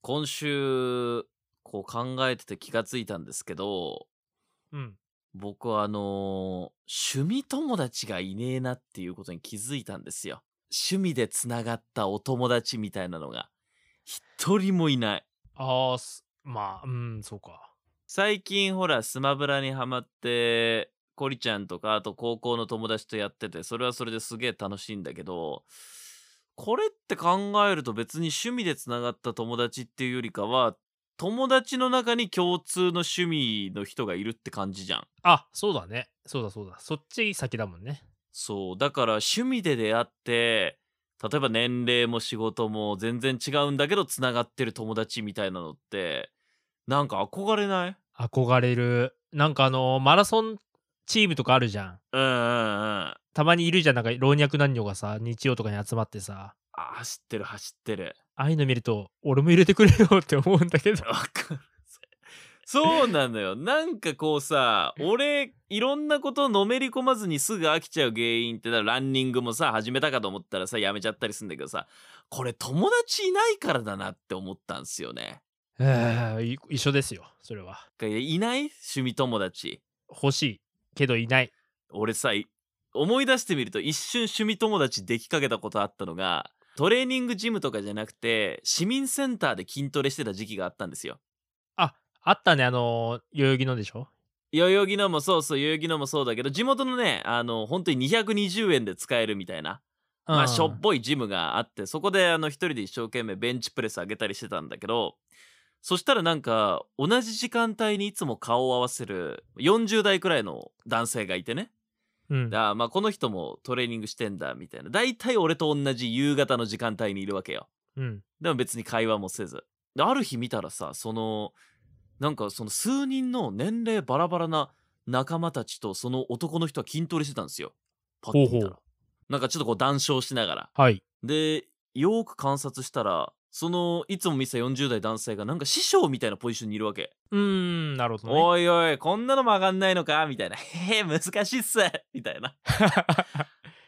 今週、こう考えてて気がついたんですけど、うん。僕はあの、趣味友達がいねえなっていうことに気づいたんですよ。趣味で繋がったお友達みたいなのが、一人もいない。ああ、すまあ、うん、そうか。最近ほら、スマブラにハマって、コリちゃんとか、あと高校の友達とやってて、それはそれですげえ楽しいんだけど、これって考えると別に趣味でつながった友達っていうよりかは、友達の中に共通の趣味の人がいるって感じじゃん。あ、そうだね。そうだそうだ。そっち先だもんね。そう。だから趣味で出会って、例えば年齢も仕事も全然違うんだけど、つながってる友達みたいなのって、なんか憧れない憧れる。なんかあのー、マラソンチームとかあるじゃん。うんうんうん。たまにいるじゃん、なんか老若男女がさ、日曜とかに集まってさ。あ、走ってる走ってる。ああいうの見ると、俺も入れてくれよって 思うんだけど。 わかる。そうなのよ。なんかこうさ、俺、いろんなことのめり込まずにすぐ飽きちゃう原因ってだ、ランニングもさ、始めたかと思ったらさ、やめちゃったりするんだけどさ、これ友達いないからだなって思ったんすよね。ええ、一緒ですよ、それは。いない趣味友達。欲しい。けどいない。俺さ、思い出してみると一瞬趣味友達できかけたことあったのが、トレーニングジムとかじゃなくて、市民センターで筋トレしてた時期があったんですよ。あ、あったね、あの、代々木のでしょ代々木のもそうそう、代々木のもそうだけど、地元のね、あの、本当に220円で使えるみたいな、うん、まあ、しょっぽいジムがあって、そこで、あの、一人で一生懸命ベンチプレス上げたりしてたんだけど、そしたらなんか、同じ時間帯にいつも顔を合わせる40代くらいの男性がいてね。うん、あまあこの人もトレーニングしてんだみたいな大体俺と同じ夕方の時間帯にいるわけよ、うん、でも別に会話もせずである日見たらさそのなんかその数人の年齢バラバラな仲間たちとその男の人は筋トレしてたんですよパッと見たらなんかちょっとこう談笑しながら、はい、でよく観察したらそのいつも見せた40代男性がなんか師匠みたいなポジションにいるわけうーんなるほど、ね、おいおいこんなのも上がんないのかみたいなへえ難しいっすみたいな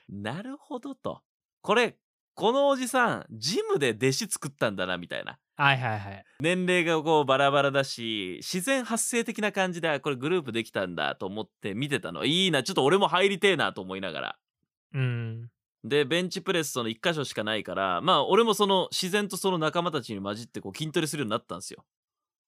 なるほどとこれこのおじさんジムで弟子作ったんだなみたいなはいはいはい年齢がこうバラバラだし自然発生的な感じでこれグループできたんだと思って見てたのいいなちょっと俺も入りてえなと思いながらうんでベンチプレスその1箇所しかないからまあ俺もその自然とその仲間たちに混じってこう筋トレするようになったんですよ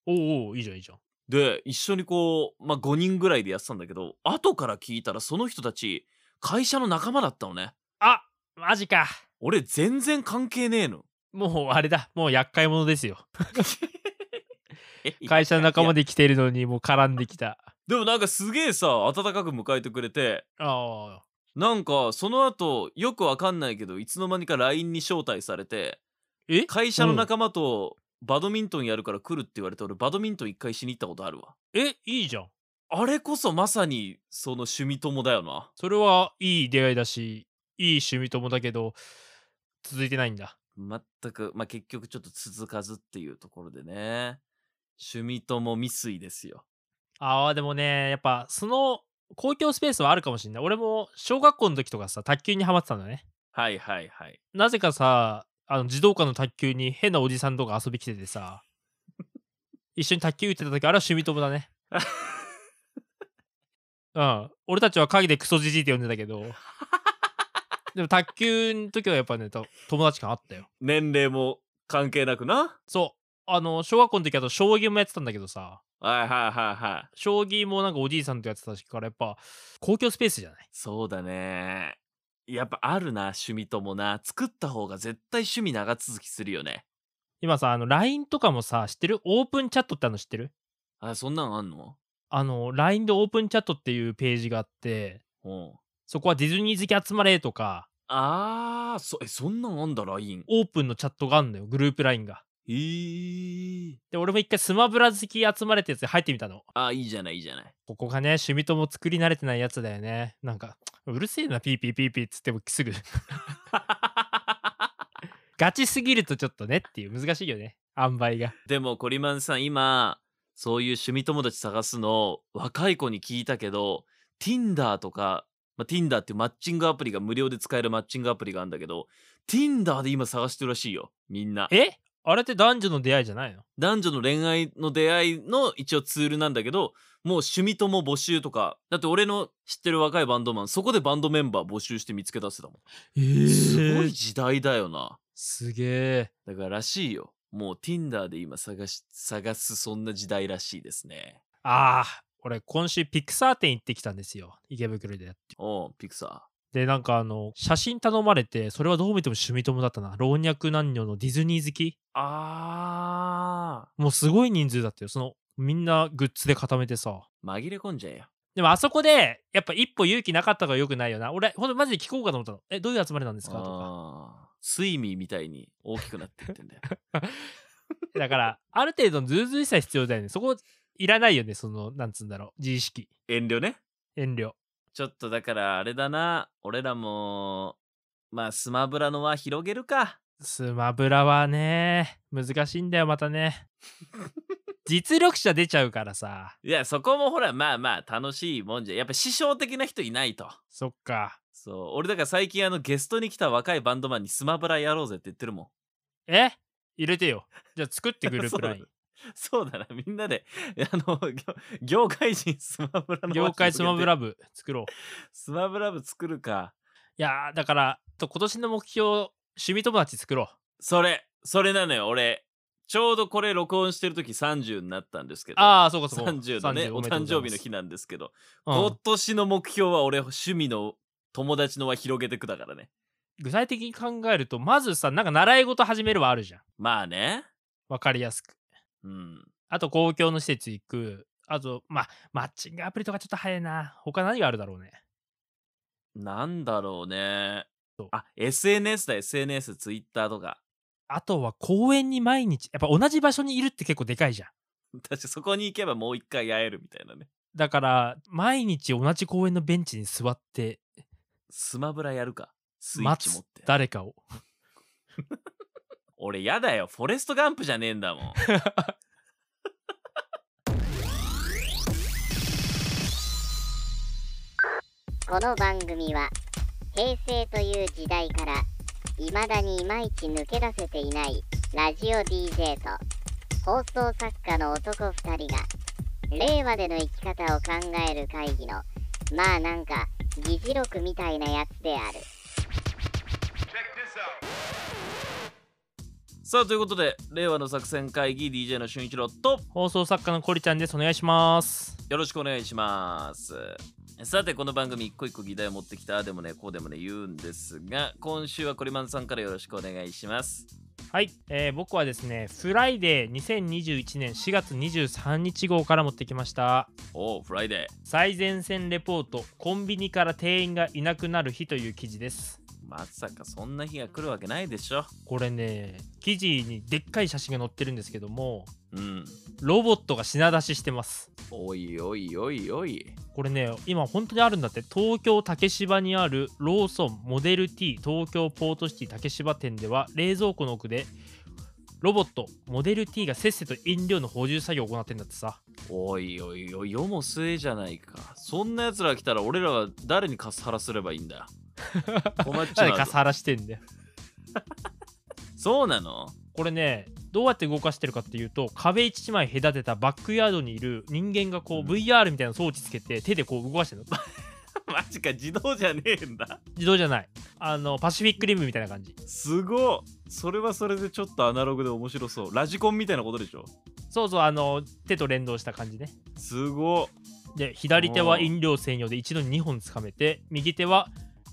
おおいいじゃんいいじゃんで一緒にこう、まあ、5人ぐらいでやってたんだけど後から聞いたらその人たち会社の仲間だったのねあマジか俺全然関係ねえ のもうあれだもう厄介者ですよ会社の仲間で来てるのにもう絡んできたでもなんかすげえさ温かく迎えてくれてああなんかその後よくわかんないけどいつの間にか LINE に招待されて会社の仲間とバドミントンやるから来るって言われて俺バドミントン一回しに行ったことあるわえいいじゃんあれこそまさにその趣味友だよなそれはいい出会いだしいい趣味友だけど続いてないんだ全くまあ結局ちょっと続かずっていうところでね趣味友未遂ですよああでもねやっぱその公共スペースはあるかもしれない俺も小学校の時とかさ卓球にハマってたんだねはいはいはい なぜかさあの児童館の卓球に変なおじさんとか遊び来ててさ一緒に卓球打ってた時あれは趣味友だねうん俺たちは陰でクソじじいって呼んでたけどでも卓球の時はやっぱね友達感あったよ年齢も関係なくなそうあの小学校の時あと将棋もやってたんだけどさはいはいはいはい。将棋もなんかおじいさんとやってたからやっぱ公共スペースじゃないそうだね。やっぱあるな趣味ともな作った方が絶対趣味長続きするよね。今さあの LINE とかもさ知ってるオープンチャットってあの知ってるあそんなんあんのあの LINE でオープンチャットっていうページがあってそこはディズニー好き集まれとかあーそえそんなんあんだ LINE オープンのチャットがあんのよグループ LINE がえー、で俺も一回スマブラ好き集まれたやつで入ってみたのあいいじゃないいいじゃないここがね趣味とも作り慣れてないやつだよねなんかうるせえなピーピーピーピーっつってもすぐガチすぎるとちょっとねっていう難しいよね塩梅がでもコリマンさん今そういう趣味友達探すの若い子に聞いたけど Tinder とか、まあ、Tinder っていうマッチングアプリが無料で使えるマッチングアプリがあるんだけど Tinder で今探してるらしいよみんなえあれって男女の出会いじゃないの男女の恋愛の出会いの一応ツールなんだけどもう趣味とも募集とかだって俺の知ってる若いバンドマンそこでバンドメンバー募集して見つけ出せたもん、えすごい時代だよなすげえだかららしいよもう Tinder で今探し探すそんな時代らしいですねああ俺今週ピクサー店行ってきたんですよ池袋でおうピクサでなんかあの写真頼まれてそれはどう見ても趣味友だったな老若男女のディズニー好きーあもうすごい人数だったよそのみんなグッズで固めてさー紛れ込んじゃえよでもあそこでやっぱ一歩勇気なかったからよくないよな俺ほんとマジで聞こうかと思ったのえどういう集まりなんですかとかあースイミーみたいに大きくなって ってんだよだからある程度のズうずうしさ必要だよねそこいらないよねそのなんつうんだろう自意識遠慮ね遠慮ちょっとだからあれだな俺らもまあスマブラの輪広げるかスマブラはね難しいんだよまた ね実力者出ちゃうからさいやそこもほらまあまあ楽しいもんじゃやっぱ師匠的な人いないとそっかそう俺だから最近あのゲストに来た若いバンドマンにスマブラやろうぜって言ってるもん え入れてよじゃあ作って グループライそンうそうだなみんなで あの業業界人スマブラの輪広げて業界スマブラ部作ろうスマブラ部作るか いやーだからと今年の目標趣味友達作ろうそれそれなのよ俺ちょうどこれ録音してる時30になったんですけどああそうかそうか30のね30おめでとう誕ござい生ま日すの日なんですけど、う今ん年の目標は俺趣味の友達の輪広げてくだからね具体的に考えるとまずさなんか習い事始めるはあるじゃんまあねわかりやすくうんあと公共の施設行くあとまあマッチングアプリとかちょっと早いな他何があるだろうねなんだろうねそうあ SNS だ SNSTwitter とかあとは公園に毎日やっぱ同じ場所にいるって結構でかいじゃん私そこに行けばもう一回会えるみたいなねだから毎日同じ公園のベンチに座ってスマブラやるかスイッ待チ持っつて誰かを俺やだよフォレストガンプじゃねえんだもんこの番組は平成という時代から未だにいまいち抜け出せていないラジオ DJ と放送作家の男2人が令和での生き方を考える会議のまあなんか議事録みたいなやつである。さあということで令和の作戦会議 DJ の俊一郎と放送作家のコリちゃんですお願いしますよろしくお願いします。さて、この番組、一個一個議題を持ってきた、ああでもね、こうでもね、言うんですが、今週はコリマンさんからよろしくお願いします。はい、えー僕はですね「フライデー2021年4月23日号から持ってきましたおお、フライデ「最前線レポートコンビニから店員がいなくなる日」という記事ですー。まさかそんな日が来るわけないでしょ。これね記事にでっかい写真が載ってるんですけどもうん。ロボットが品出ししてますおいおいおいおい。これね今本当にあるんだって東京竹芝にあるローソンモデル T 東京ポートシティ竹芝店では冷蔵庫の奥でロボットモデル T がせっせと飲料の補充作業を行ってんだってさおいおいおい、世も末じゃないか。そんな奴ら来たら、俺らは誰にカスハラすればいいんだ困っちゃ誰うかぞ。さらしてんだよそうなの これねどうやって動かしてるかっていうと壁一枚隔てたバックヤードにいる人間がこう、うん VR みたいな装置つけて手でこう動かしてるの マジか、自動じゃねえんだ。自動じゃないあのパシフィックリムみたいな感じすごいそれはそれでちょっとアナログで面白そうラジコンみたいなことでしょそうそうあの手と連動した感じねすごで左手はおー飲料専用で一度に2本つかめて右手は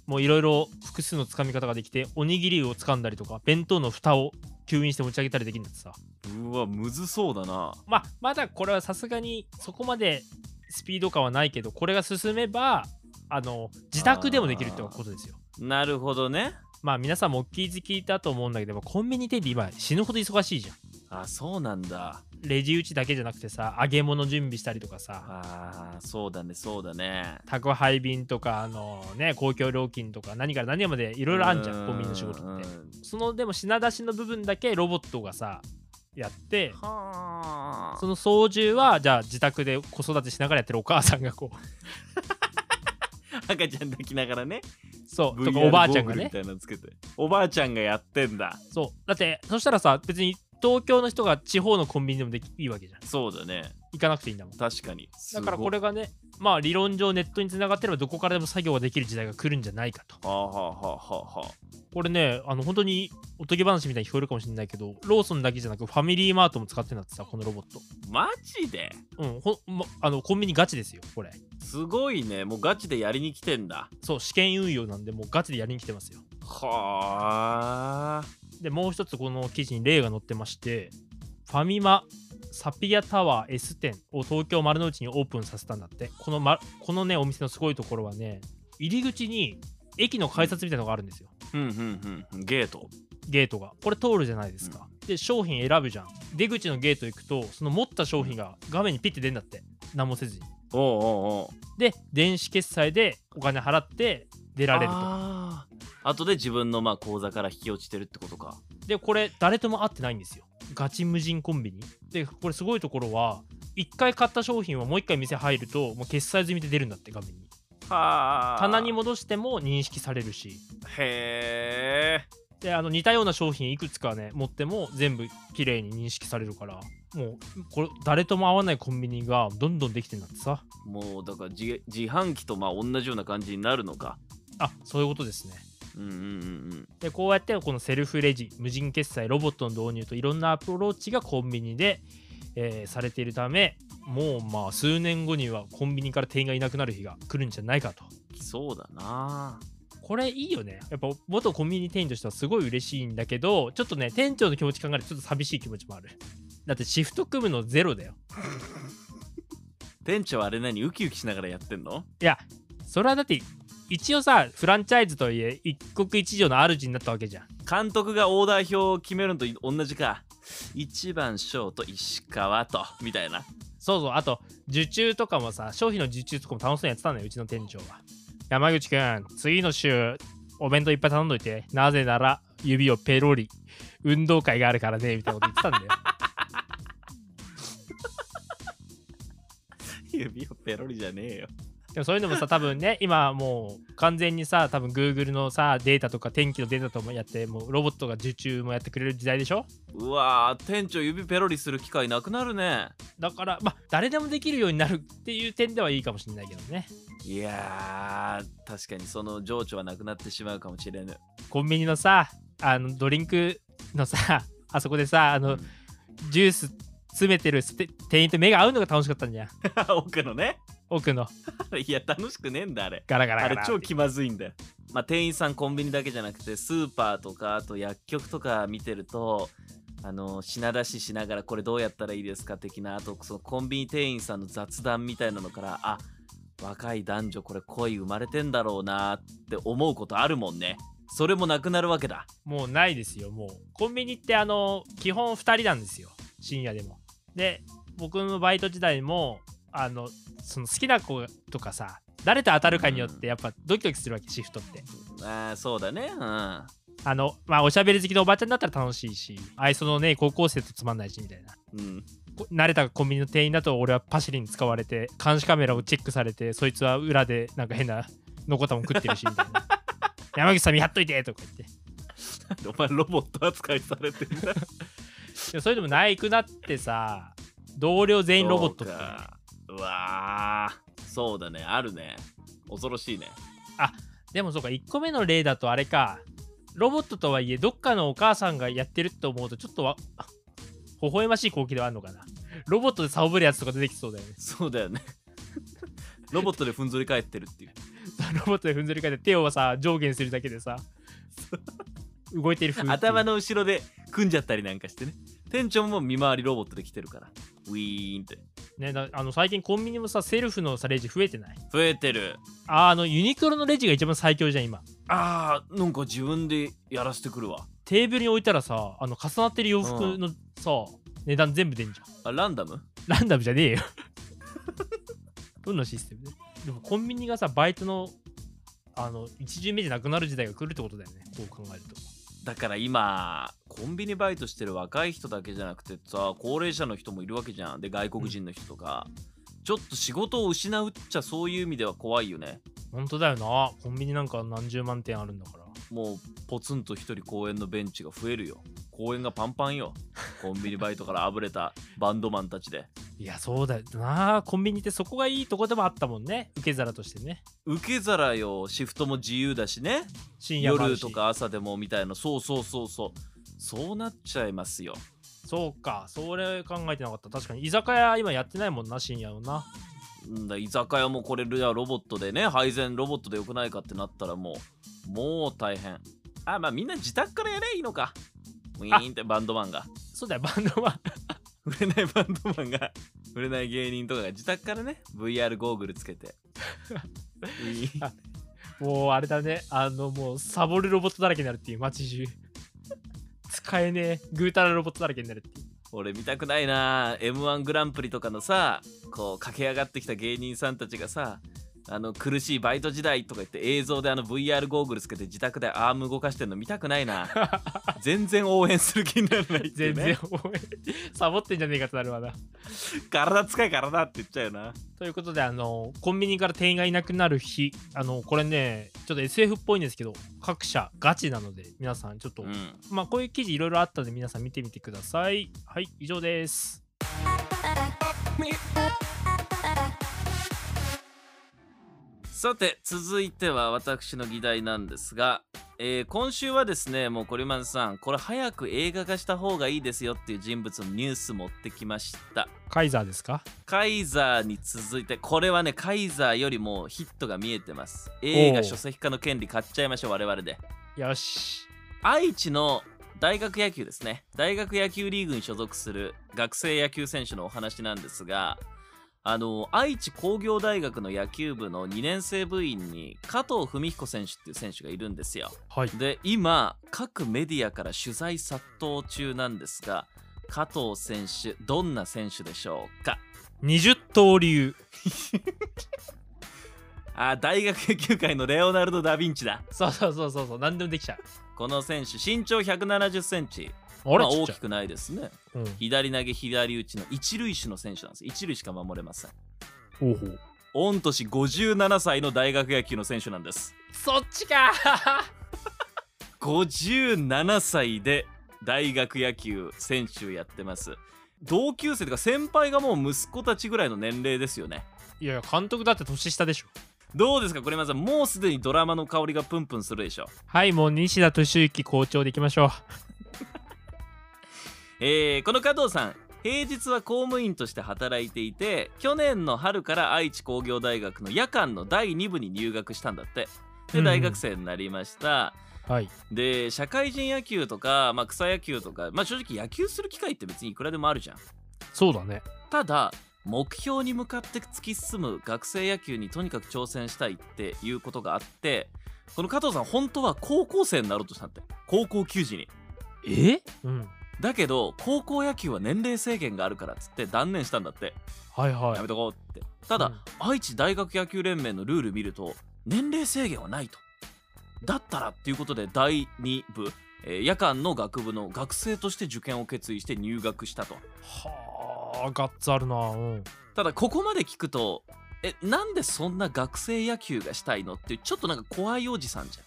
もういろいろ複数のつかみ方ができておにぎりをつかんだりとか弁当の蓋を吸引して持ち上げたりできるんだってさいうわむずそうだなまあまだこれはさすがにそこまでスピード感はないけどこれが進めばあの自宅でもできるってことですよなるほどねまあ皆さんもお気づきだと思うんだけどコンビニ店って今死ぬほど忙しいじゃんあそうなんだレジ打ちだけじゃなくてさ揚げ物準備したりとかさあーそうだねそうだね宅配便とかあのね公共料金とか何から何までいろいろあんじゃうんコンビニの仕事ってうんそのでも品出しの部分だけロボットがさやってはあその操縦はじゃあ自宅で子育てしながらやってるお母さんがこう赤ちゃん抱きながらねそうと VR かおばあちゃんゴーグがルみねたいなのつけておばあちゃんがやってんだそうだってそしたらさ別に東京の人が地方のコンビニでもできいいわけじゃんそうだね行かなくていいんだもん確かにすだごいからこれがねまあ理論上ネットにつながってればどこからでも作業ができる時代が来るんじゃないかとはあはあはあはあはあこれねあの本当におとぎ話みたいに聞こえるかもしれないけどローソンだけじゃなくファミリーマートも使ってんだってさこのロボットマジでうんほん、ま、あのコンビニガチですよこれすごいねもうガチでやりに来てんだそう試験運用なんでもうガチでやりに来てますよはあでもう一つこの記事に例が載ってましてファミマサピアタワー S 店を東京丸の内にオープンさせたんだってこの,、ま、このねお店のすごいところはね入り口に駅の改札みたいなのがあるんですようんうんうんゲートゲートがこれ通るじゃないですか、で商品選ぶじゃん出口のゲート行くとその持った商品が画面にピッて出んだって何もせずにおうおうおうで電子決済でお金払って出られるとあー後で自分のまあ口座から引き落ちてるってことかでこれ誰とも会ってないんですよガチ無人コンビニでこれすごいところは1回買った商品はもう1回店入るともう決済済みで出るんだって画面にはあ棚に戻しても認識されるしへえであの似たような商品いくつかね持っても全部綺麗に認識されるからもうこれ誰とも会わないコンビニがどんどんできてんだってさもうだから自自販機とまあ同じような感じになるのかあそういうことですねうんうんうんでこうやってこのセルフレジ無人決済ロボットの導入といろんなアプローチがコンビニで、えーされているためもうまあ数年後にはコンビニから店員がいなくなる日が来るんじゃないかとうん来そうだなこれいいよねやっぱ元コンビニ店員としてはすごい嬉しいんだけどちょっとね店長の気持ち考えるとちょっと寂しい気持ちもあるだってシフト組むのゼロだよ店長あれ何ウキウキしながらやってんのいやそれはだって一応さフランチャイズとはいえ一国一城の主になったわけじゃん監督がオーダー表を決めるのと同じか1番ショート石川とみたいな そうそう、あと、受注とかもさ、商品の受注とかも楽しそうにやってたんだよ、うちの店長は。山口くん、次の週、お弁当いっぱい頼んどいて、なぜなら、指をペロリ、運動会があるからね、みたいなこと言ってたんだよ。 指をペロリじゃねえよでもそういうのもさ、多分ね、今もう完全にさ、多分 Google のさ、データとか天気のデータとかもやって、もうロボットが受注もやってくれる時代でしょうわー店長指ペロリする機会なくなるねだから、まあ、誰でもできるようになるっていう点ではいいかもしれないけどね。いやー確かにその情緒はなくなってしまうかもしれぬ コンビニのさあのドリンクのさ あそこでさあの、うんジュース詰めてるステ店員と目が合うのが楽しかったんじゃん奥のね 奥のいや楽しくねえんだあれガラガラあガれラ超気まずいんだよ、まあ、店員さんコンビニだけじゃなくてスーパーとかあと薬局とか見てるとあの品出ししながらこれどうやったらいいですか的なあとそのコンビニ店員さんの雑談みたいなのからあ若い男女これ恋生まれてんだろうなって思うことあるもんねそれもなくなるわけだもうないですよもうコンビニってあの基本2人なんですよ深夜でもで僕のバイト時代もあのその好きな子とかさ誰と当たるかによってやっぱドキドキするわけシフトってあーそうだねうんあのまあおしゃべり好きのおばちゃんだったら楽しいし愛想のね高校生とつまんないしみたいなうん、 こ慣れたコンビニの店員だと俺はパシリに使われて監視カメラをチェックされてそいつは裏でなんか変なのこたも食ってるしみた いな山口さん見張っといてとか言ってお前ロボット扱いされてるなでもそういうのもないくなってさ同僚全員ロボットってそうかうわーそうだねあるね恐ろしいねでもそうか1個目の例だとあれかロボットとはいえどっかのお母さんがやってるって思うとちょっとわ微笑ましい光景ではあるのかなロボットで竿ぶるやつとか出てきそうだよね そうだよね。ロボットでふんぞり返ってるっていう。ロボットでふんぞり返って手をさ上下にするだけでさ動いてる風っていう頭の後ろで組んじゃったりなんかしてね。店長も見回りロボットで来てるから。ウィーンって。ね、だあの最近コンビニもさセルフのさレジ増えてない増えてる。あーあのユニクロのレジが一番最強じゃん今あー、なんか自分でやらせてくるわ。テーブルに置いたらさあの重なってる洋服のさ、値段全部出んじゃんあ、ランダムランダムじゃねえよ どんなシステムででもコンビニがさバイトのあの一巡目じゃなくなる時代が来るってことだよねこう考えるとだから今、コンビニバイトしてる若い人だけじゃなくてさ、高齢者の人もいるわけじゃん。で、外国人の人とか。ちょっと仕事を失うっちゃそういう意味では怖いよね。本当だよなコンビニなんか何十万点あるんだからもうポツンと一人公園のベンチが増えるよ。公園がパンパンよ。コンビニバイトからあぶれたバンドマンたちでいやそうだよなコンビニってそこがいいとこでもあったもんね受け皿としてね受け皿よシフトも自由だしね深夜もある夜しとか朝でもみたいなそうそうそうそうそうなっちゃいますよそうかそれ考えてなかった確かに居酒屋今やってないもんな深夜のなうんだ居酒屋もこれじゃあロボットでね配膳ロボットでよくないかってなったらもうもう大変あまあみんな自宅からやればいいのかウィーンってバンドマンがそうだよバンドは 売れないバンドマンが売れない芸人とかが自宅からね VR ゴーグルつけてウィーンもうあれだねあのもうサボるロボットだらけになるっていう街中使えねえぐうたらロボットだらけになるっていう俺見たくないな m 1グランプリとかのさこう駆け上がってきた芸人さんたちがさあの苦しいバイト時代とか言って映像であの VR ゴーグルつけて自宅でアーム動かしてんの見たくない な全然応援する気にならないっていう全ね然応援 サボってんじゃねえかってなるわな体使い体って言っちゃうよなということであのコンビニから店員がいなくなる日あのこれねちょっと SF っぽいんですけど各社ガチなので皆さんちょっと、うんまあこういう記事いろいろあったので皆さん見てみてくださいはい以上ですさて続いては私の議題なんですが、えー今週はですねもうコリマンさんこれ早く映画化した方がいいですよっていう人物のニュース持ってきましたカイザーですかカイザーに続いてこれはねカイザーよりもヒットが見えてます映お画う書籍化の権利買っちゃいましょう我々でよし愛知の大学野球ですね大学野球リーグに所属する学生野球選手のお話なんですがあの愛知工業大学の野球部の2年生部員に加藤文彦選手っていう選手がいるんですよはいで今各メディアから取材殺到中なんですが加藤選手どんな選手でしょうか20刀流あー大学野球界のレオナルド・ダ・ヴィンチだそうそうそうそうそう何でもできちゃうこの選手身長1 7 0センチあれ、まあ、ちっ大ちゃいきくないですねうん左投げ左打ちの一塁手の選手なんです一塁しか守れませんほうほう御年57歳の大学野球の選手なんですそっちか57歳で大学野球選手やってます同級生とか先輩がもう息子たちぐらいの年齢ですよね いやいや監督だって年下でしょどうですかこれまずもうすでにドラマの香りがプンプンするでしょはいもう西田敏行校長でいきましょうえーこの加藤さん平日は公務員として働いていて去年の春から愛知工業大学の夜間の第2部に入学したんだってうでん大学生になりました、はいで社会人野球とか、まあ、草野球とか、まあ、正直野球する機会って別にいくらでもあるじゃんそうだねただ目標に向かって突き進む学生野球にとにかく挑戦したいっていうことがあってこの加藤さん本当は高校生になろうとしたんだって高校球児にえうんだけど高校野球は年齢制限があるからっつって断念したんだってはいはいやめとこうってただ、うん愛知大学野球連盟のルール見ると年齢制限はないとだったらっていうことで第2部、えー夜間の学部の学生として受験を決意して入学したとはあガッツあるなうんただここまで聞くとえなんでそんな学生野球がしたいのってちょっとなんか怖いおじさんじ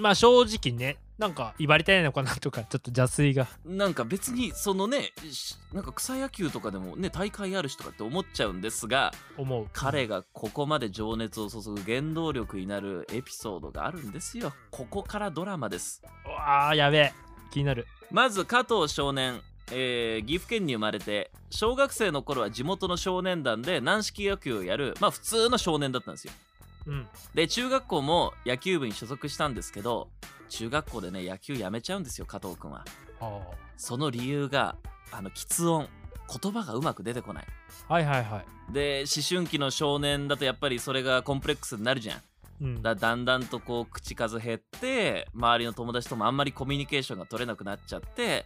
まあ正直ねなんか威張りたいのかなとかちょっと邪推がゃんなんか別にそのねしなんか草野球とかでもね大会あるしとかって思っちゃうんですが思う彼がここまで情熱を注ぐ原動力になるエピソードがあるんですよここからドラマですうわあやべえ気になるまず加藤少年、えー岐阜県に生まれて小学生の頃は地元の少年団で軟式野球をやるまあ普通の少年だったんですようんで中学校も野球部に所属したんですけど中学校でね野球やめちゃうんですよ加藤くんはあその理由があの喫音言葉がうまく出てこないあはいはいはいで思春期の少年だとやっぱりそれがコンプレックスになるじゃんうんだだんだんとこう口数減って周りの友達ともあんまりコミュニケーションが取れなくなっちゃって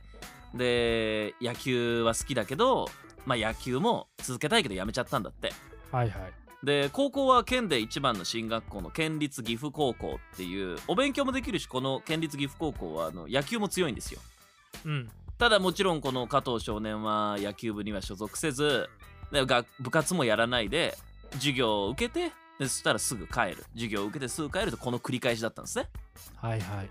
で野球は好きだけど、まあ、野球も続けたいけどやめちゃったんだってはいはいで高校は県で一番の進学校の県立岐阜高校っていうお勉強もできるしこの県立岐阜高校はあの野球も強いんですようんただもちろんこの加藤少年は野球部には所属せずでが部活もやらないで授業を受けてでそしたらすぐ帰る授業を受けてすぐ帰るとこの繰り返しだったんですねはいはい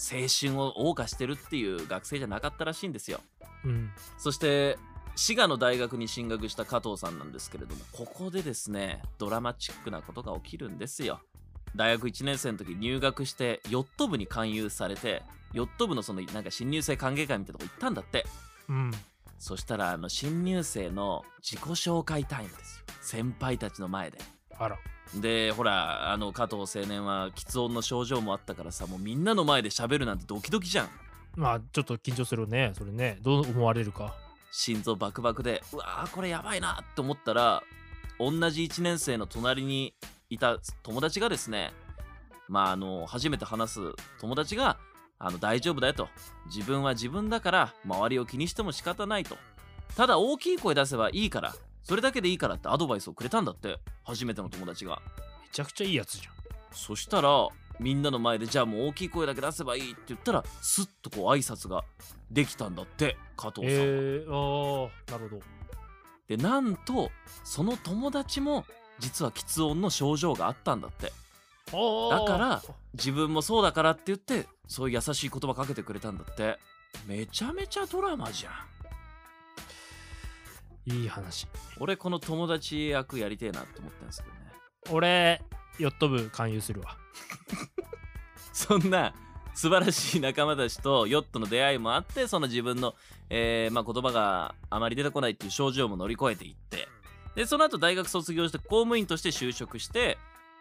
青春を謳歌してるっていう学生じゃなかったらしいんですようんそして滋賀の大学に進学した加藤さんなんですけれどもここでですねドラマチックなことが起きるんですよ大学1年生の時入学してヨット部に勧誘されてヨット部のそのなんか新入生歓迎会みたいなとこ行ったんだってうんそしたらあの新入生の自己紹介タイムですよ先輩たちの前であらでほらあの加藤青年は喫音の症状もあったからさもうみんなの前で喋るなんてドキドキじゃんまあちょっと緊張するねそれねどう思われるか心臓バクバクでうわーこれやばいなと思ったら同じ1年生の隣にいた友達がですねまああの初めて話す友達があの大丈夫だよと自分は自分だから周りを気にしても仕方ないとただ大きい声出せばいいからそれだけでいいからってアドバイスをくれたんだって初めての友達がめちゃくちゃいいやつじゃんそしたらみんなの前でじゃあもう大きい声だけ出せばいいって言ったらスッとこう挨拶ができたんだって加藤さんは。えー、ああなるほどでなんとその友達も実は喫音の症状があったんだってあーだから自分もそうだからって言ってそういう優しい言葉かけてくれたんだってめちゃめちゃドラマじゃんいい話俺この友達役やりてえなって思ったんですけどね俺ヨット部勧誘するわそんな素晴らしい仲間たちとヨットの出会いもあってその自分の、えーまあ、言葉があまり出てこないっていう症状も乗り越えていってでその後大学卒業して公務員として就職して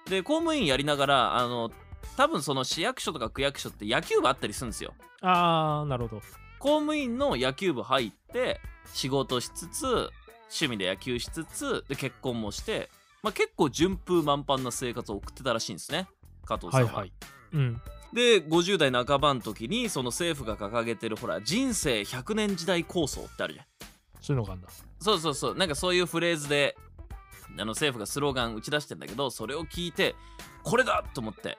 で公務員やりながらあの多分その市役所とか区役所って野球部あったりするんですよああなるほど公務員の野球部入って仕事しつつ趣味で野球しつつで結婚もして、まあ、結構順風満帆な生活を送ってたらしいんですね加藤さはんいは。はいうんで50代半ばの時にその政府が掲げてるほら人生100年時代構想ってあるじゃんそういうのがあんだそうそうそうなんかそういうフレーズであの政府がスローガン打ち出してんだけどそれを聞いてこれだと思って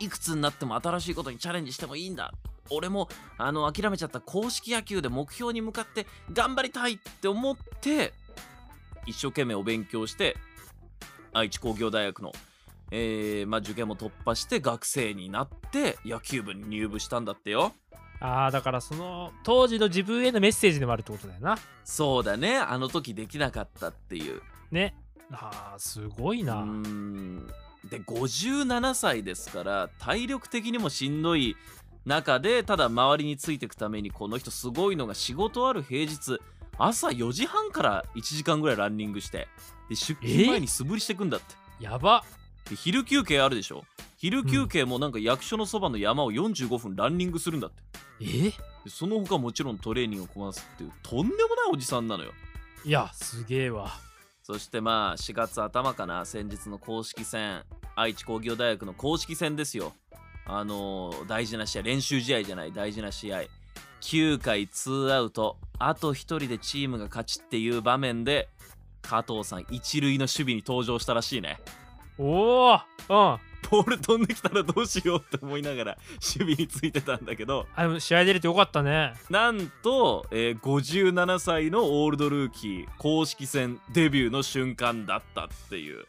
いくつになっても新しいことにチャレンジしてもいいんだ俺もあの諦めちゃった公式野球で目標に向かって頑張りたいって思って一生懸命お勉強して愛知工業大学の、えーまあ、受験も突破して学生になって野球部に入部したんだってよ。ああだからその当時の自分へのメッセージでもあるってことだよなそうだねあの時できなかったっていう。ねあーすごいうな、ーんで57歳ですから体力的にもしんどい中でただ周りについていくためにこの人すごいのが仕事ある平日朝4時半から1時間ぐらいランニングしてで出勤前に素振りしてくんだって、やばで昼休憩あるでしょ昼休憩もなんか役所のそばの山を45分ランニングするんだってえでその他もちろんトレーニングをこなすっていうとんでもないおじさんなのよいやすげえわそしてまあ4月頭かな先日の公式戦愛知工業大学の公式戦ですよあのー大事な試合練習試合じゃない大事な試合9回2アウトあと1人でチームが勝ちっていう場面で加藤さん一塁の守備に登場したらしいねおおうんボール飛んできたらどうしようって思いながら守備についてたんだけどあでも試合出れてよかったねなんと、えー57歳のオールドルーキー公式戦デビューの瞬間だったっていう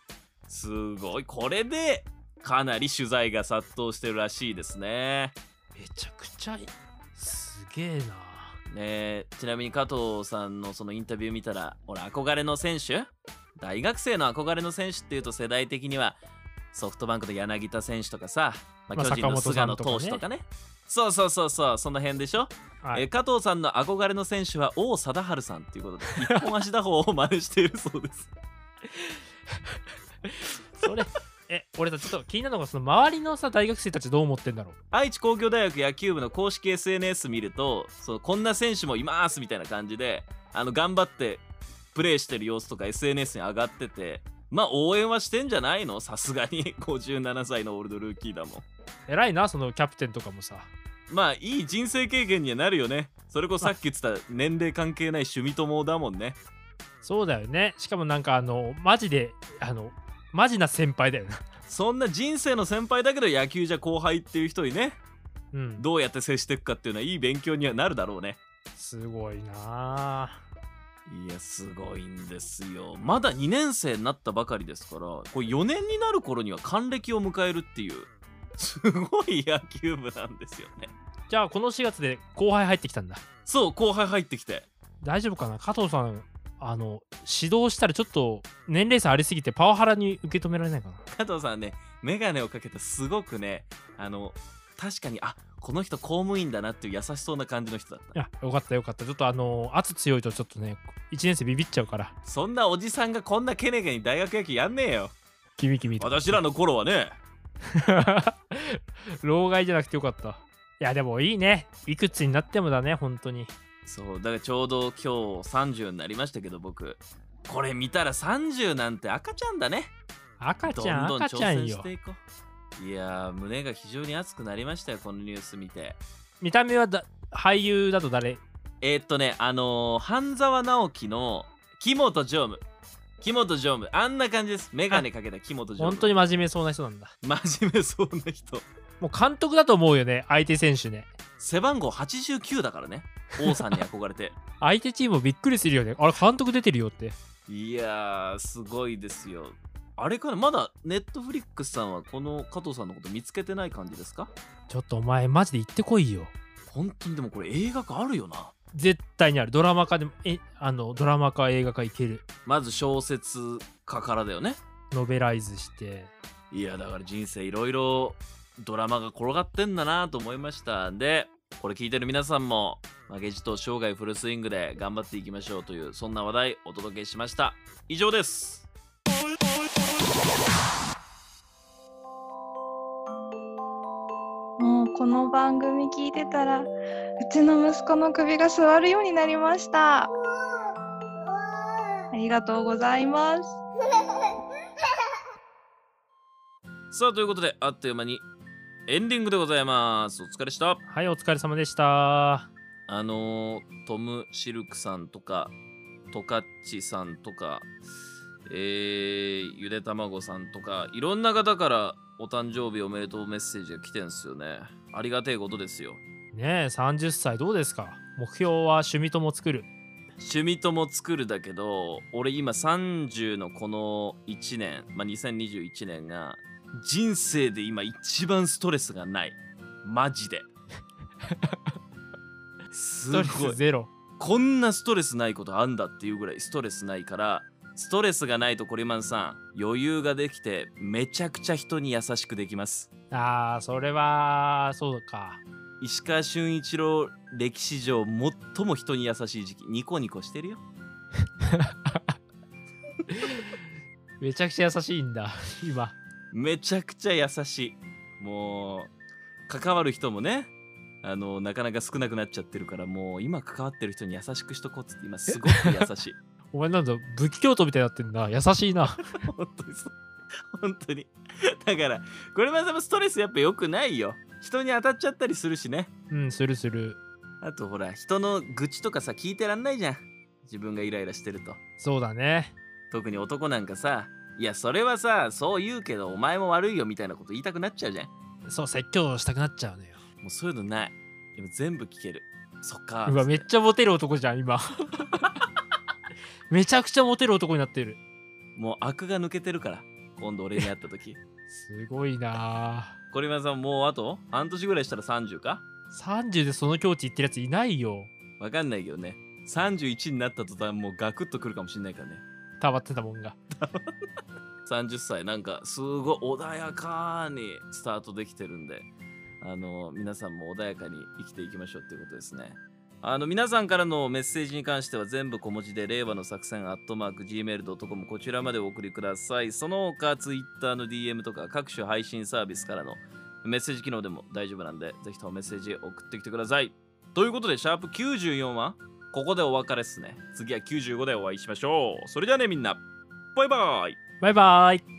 すごいこれでかなり取材が殺到してるらしいですねめちゃくちゃいいすげえねなえちなみに加藤さんのそのインタビュー見たら俺憧れの選手大学生の憧れの選手っていうと世代的にはソフトバンクの柳田選手とかさ、ままあ、あ巨人の菅野坂投本さ手んとかとかねそうそうそうそうその辺でしょはえいー加藤さんの憧れの選手は王貞治さんということ で一本足打法を真似しているそうですそれえ俺さちょっと気になるのがその周りのさ大学生たちどう思ってんだろう愛知工業大学野球部の公式 SNS 見るとそうこんな選手もいますみたいな感じであの頑張ってプレーしてる様子とか SNS に上がっててまあ応援はしてんじゃないのさすがに 57歳のオールドルーキーだもん偉いなそのキャプテンとかもさまあいい人生経験にはなるよねそれこそさっき言ってた年齢関係ない趣味友だもんねそうだよねしかもなんかあのマジであのマジな先輩だよなそんな人生の先輩だけど野球じゃ後輩っていう人にねうんどうやって接していくかっていうのはいい勉強にはなるだろうねすごいないやすごいんですよまだ2年生になったばかりですからこれ4年になる頃には還暦を迎えるっていうすごい野球部なんですよねじゃあこの4月で後輩入ってきたんだそう後輩入ってきて大丈夫かな加藤さんあの指導したらちょっと年齢差ありすぎてパワハラに受け止められないか加な藤さんね眼鏡をかけてすごくねあの確かにあこの人公務員だなっていう優しそうな感じの人だったいやよかったよかったちょっとあの圧強いとちょっとね1年生ビビっちゃうからそんなおじさんがこんなけねげに大学野球やんねえよキビキビと私らの頃はね 老害じゃなくてよかったいやでもいいねいくつになってもだね本当にそうだからちょうど今日30になりましたけど僕これ見たら30なんて赤ちゃんだね赤どちゃんんどん赤挑ちゃん戦よしていこういやー胸が非常に熱くなりましたよこのニュース見て見た目はだ俳優だと誰えー、っとねあのー、半沢直樹の木本常務木本常務あんな感じです眼鏡かけた木本常務本当に真面目そうな人なんだ真面目そうな人もう監督だと思うよね相手選手ね背番号89だからね王さんに憧れて相手チームもびっくりするよねあれ監督出てるよっていやーすごいですよあれからまだネットフリックスさんはこの加藤さんのこと見つけてない感じですかちょっとお前マジで行ってこいよ本当にでもこれ映画化あるよな絶対にあるドラマ化でもえあのドラマ化映画化いけるまず小説家からだよねノベライズしていやだから人生いろいろドラマが転がってんだなと思いましたんでこれ聞いてる皆さんも負けじと生涯フルスイングで頑張っていきましょうというそんな話題お届けしました以上ですもうこの番組聞いてたらうちの息子の首が座るようになりましたありがとうございますさあということであっという間にエンディングでございますお疲れでしたはいお疲れ様でしたあのートム・シルクさんとかトカッチさんとか、えーゆで卵さんとかいろんな方からお誕生日おめでとうメッセージが来てんすよねありがてえことですよねえ30歳どうですか目標は趣味とも作る趣味とも作るだけど俺今30のこの1年、まあ、2021年が人生で今一番ストレスがないマジですごストいレスゼロこんなストレスないことあんだっていうぐらいストレスないからストレスがないとコリマンさん余裕ができてめちゃくちゃ人に優しくできますあーそれはそうか石川俊一郎歴史上最も人に優しい時期ニコニコしてるよめちゃくちゃ優しいんだ 今めちゃくちゃ優しいもう関わる人もねあのなかなか少なくなっちゃってるからもう今関わってる人に優しくしとこうっつって今すごく優しいお前なんだ仏教徒みたいになってんだ優しいな 本当にそう本当にだからこれまでもストレスやっぱ良くないよ人に当たっちゃったりするしねうんするするあとほら人の愚痴とかさ聞いてらんないじゃん自分がイライラしてるとそうだね特に男なんかさいやそれはさそう言うけどお前も悪いよみたいなこと言いたくなっちゃうじゃんそう説教したくなっちゃうのよもうそういうのないでも全部聞けるそっかうわめっちゃモテる男じゃん今 めちゃくちゃモテる男になってるもう悪が抜けてるから今度俺に会った時すごいなコリマンさんもうあと半年ぐらいしたら30かあ30でその境地行ってるやついないよわかんないけどね31になった途端もうガクッとくるかもしんないからねたまってたもんが30歳なんかすごい穏やかにスタートできてるんであの皆さんも穏やかに生きていきましょうっていうことですねあの皆さんからのメッセージに関しては全部小文字で令和の作戦アットマーク Gmail.com こちらまでお送りくださいその他 Twitter の DM とか各種配信サービスからのメッセージ機能でも大丈夫なんでぜひともメッセージ送ってきてくださいということでシャープ94はここでお別れっすね次は95でお会いしましょうそれではねみんなバイバイバイバイ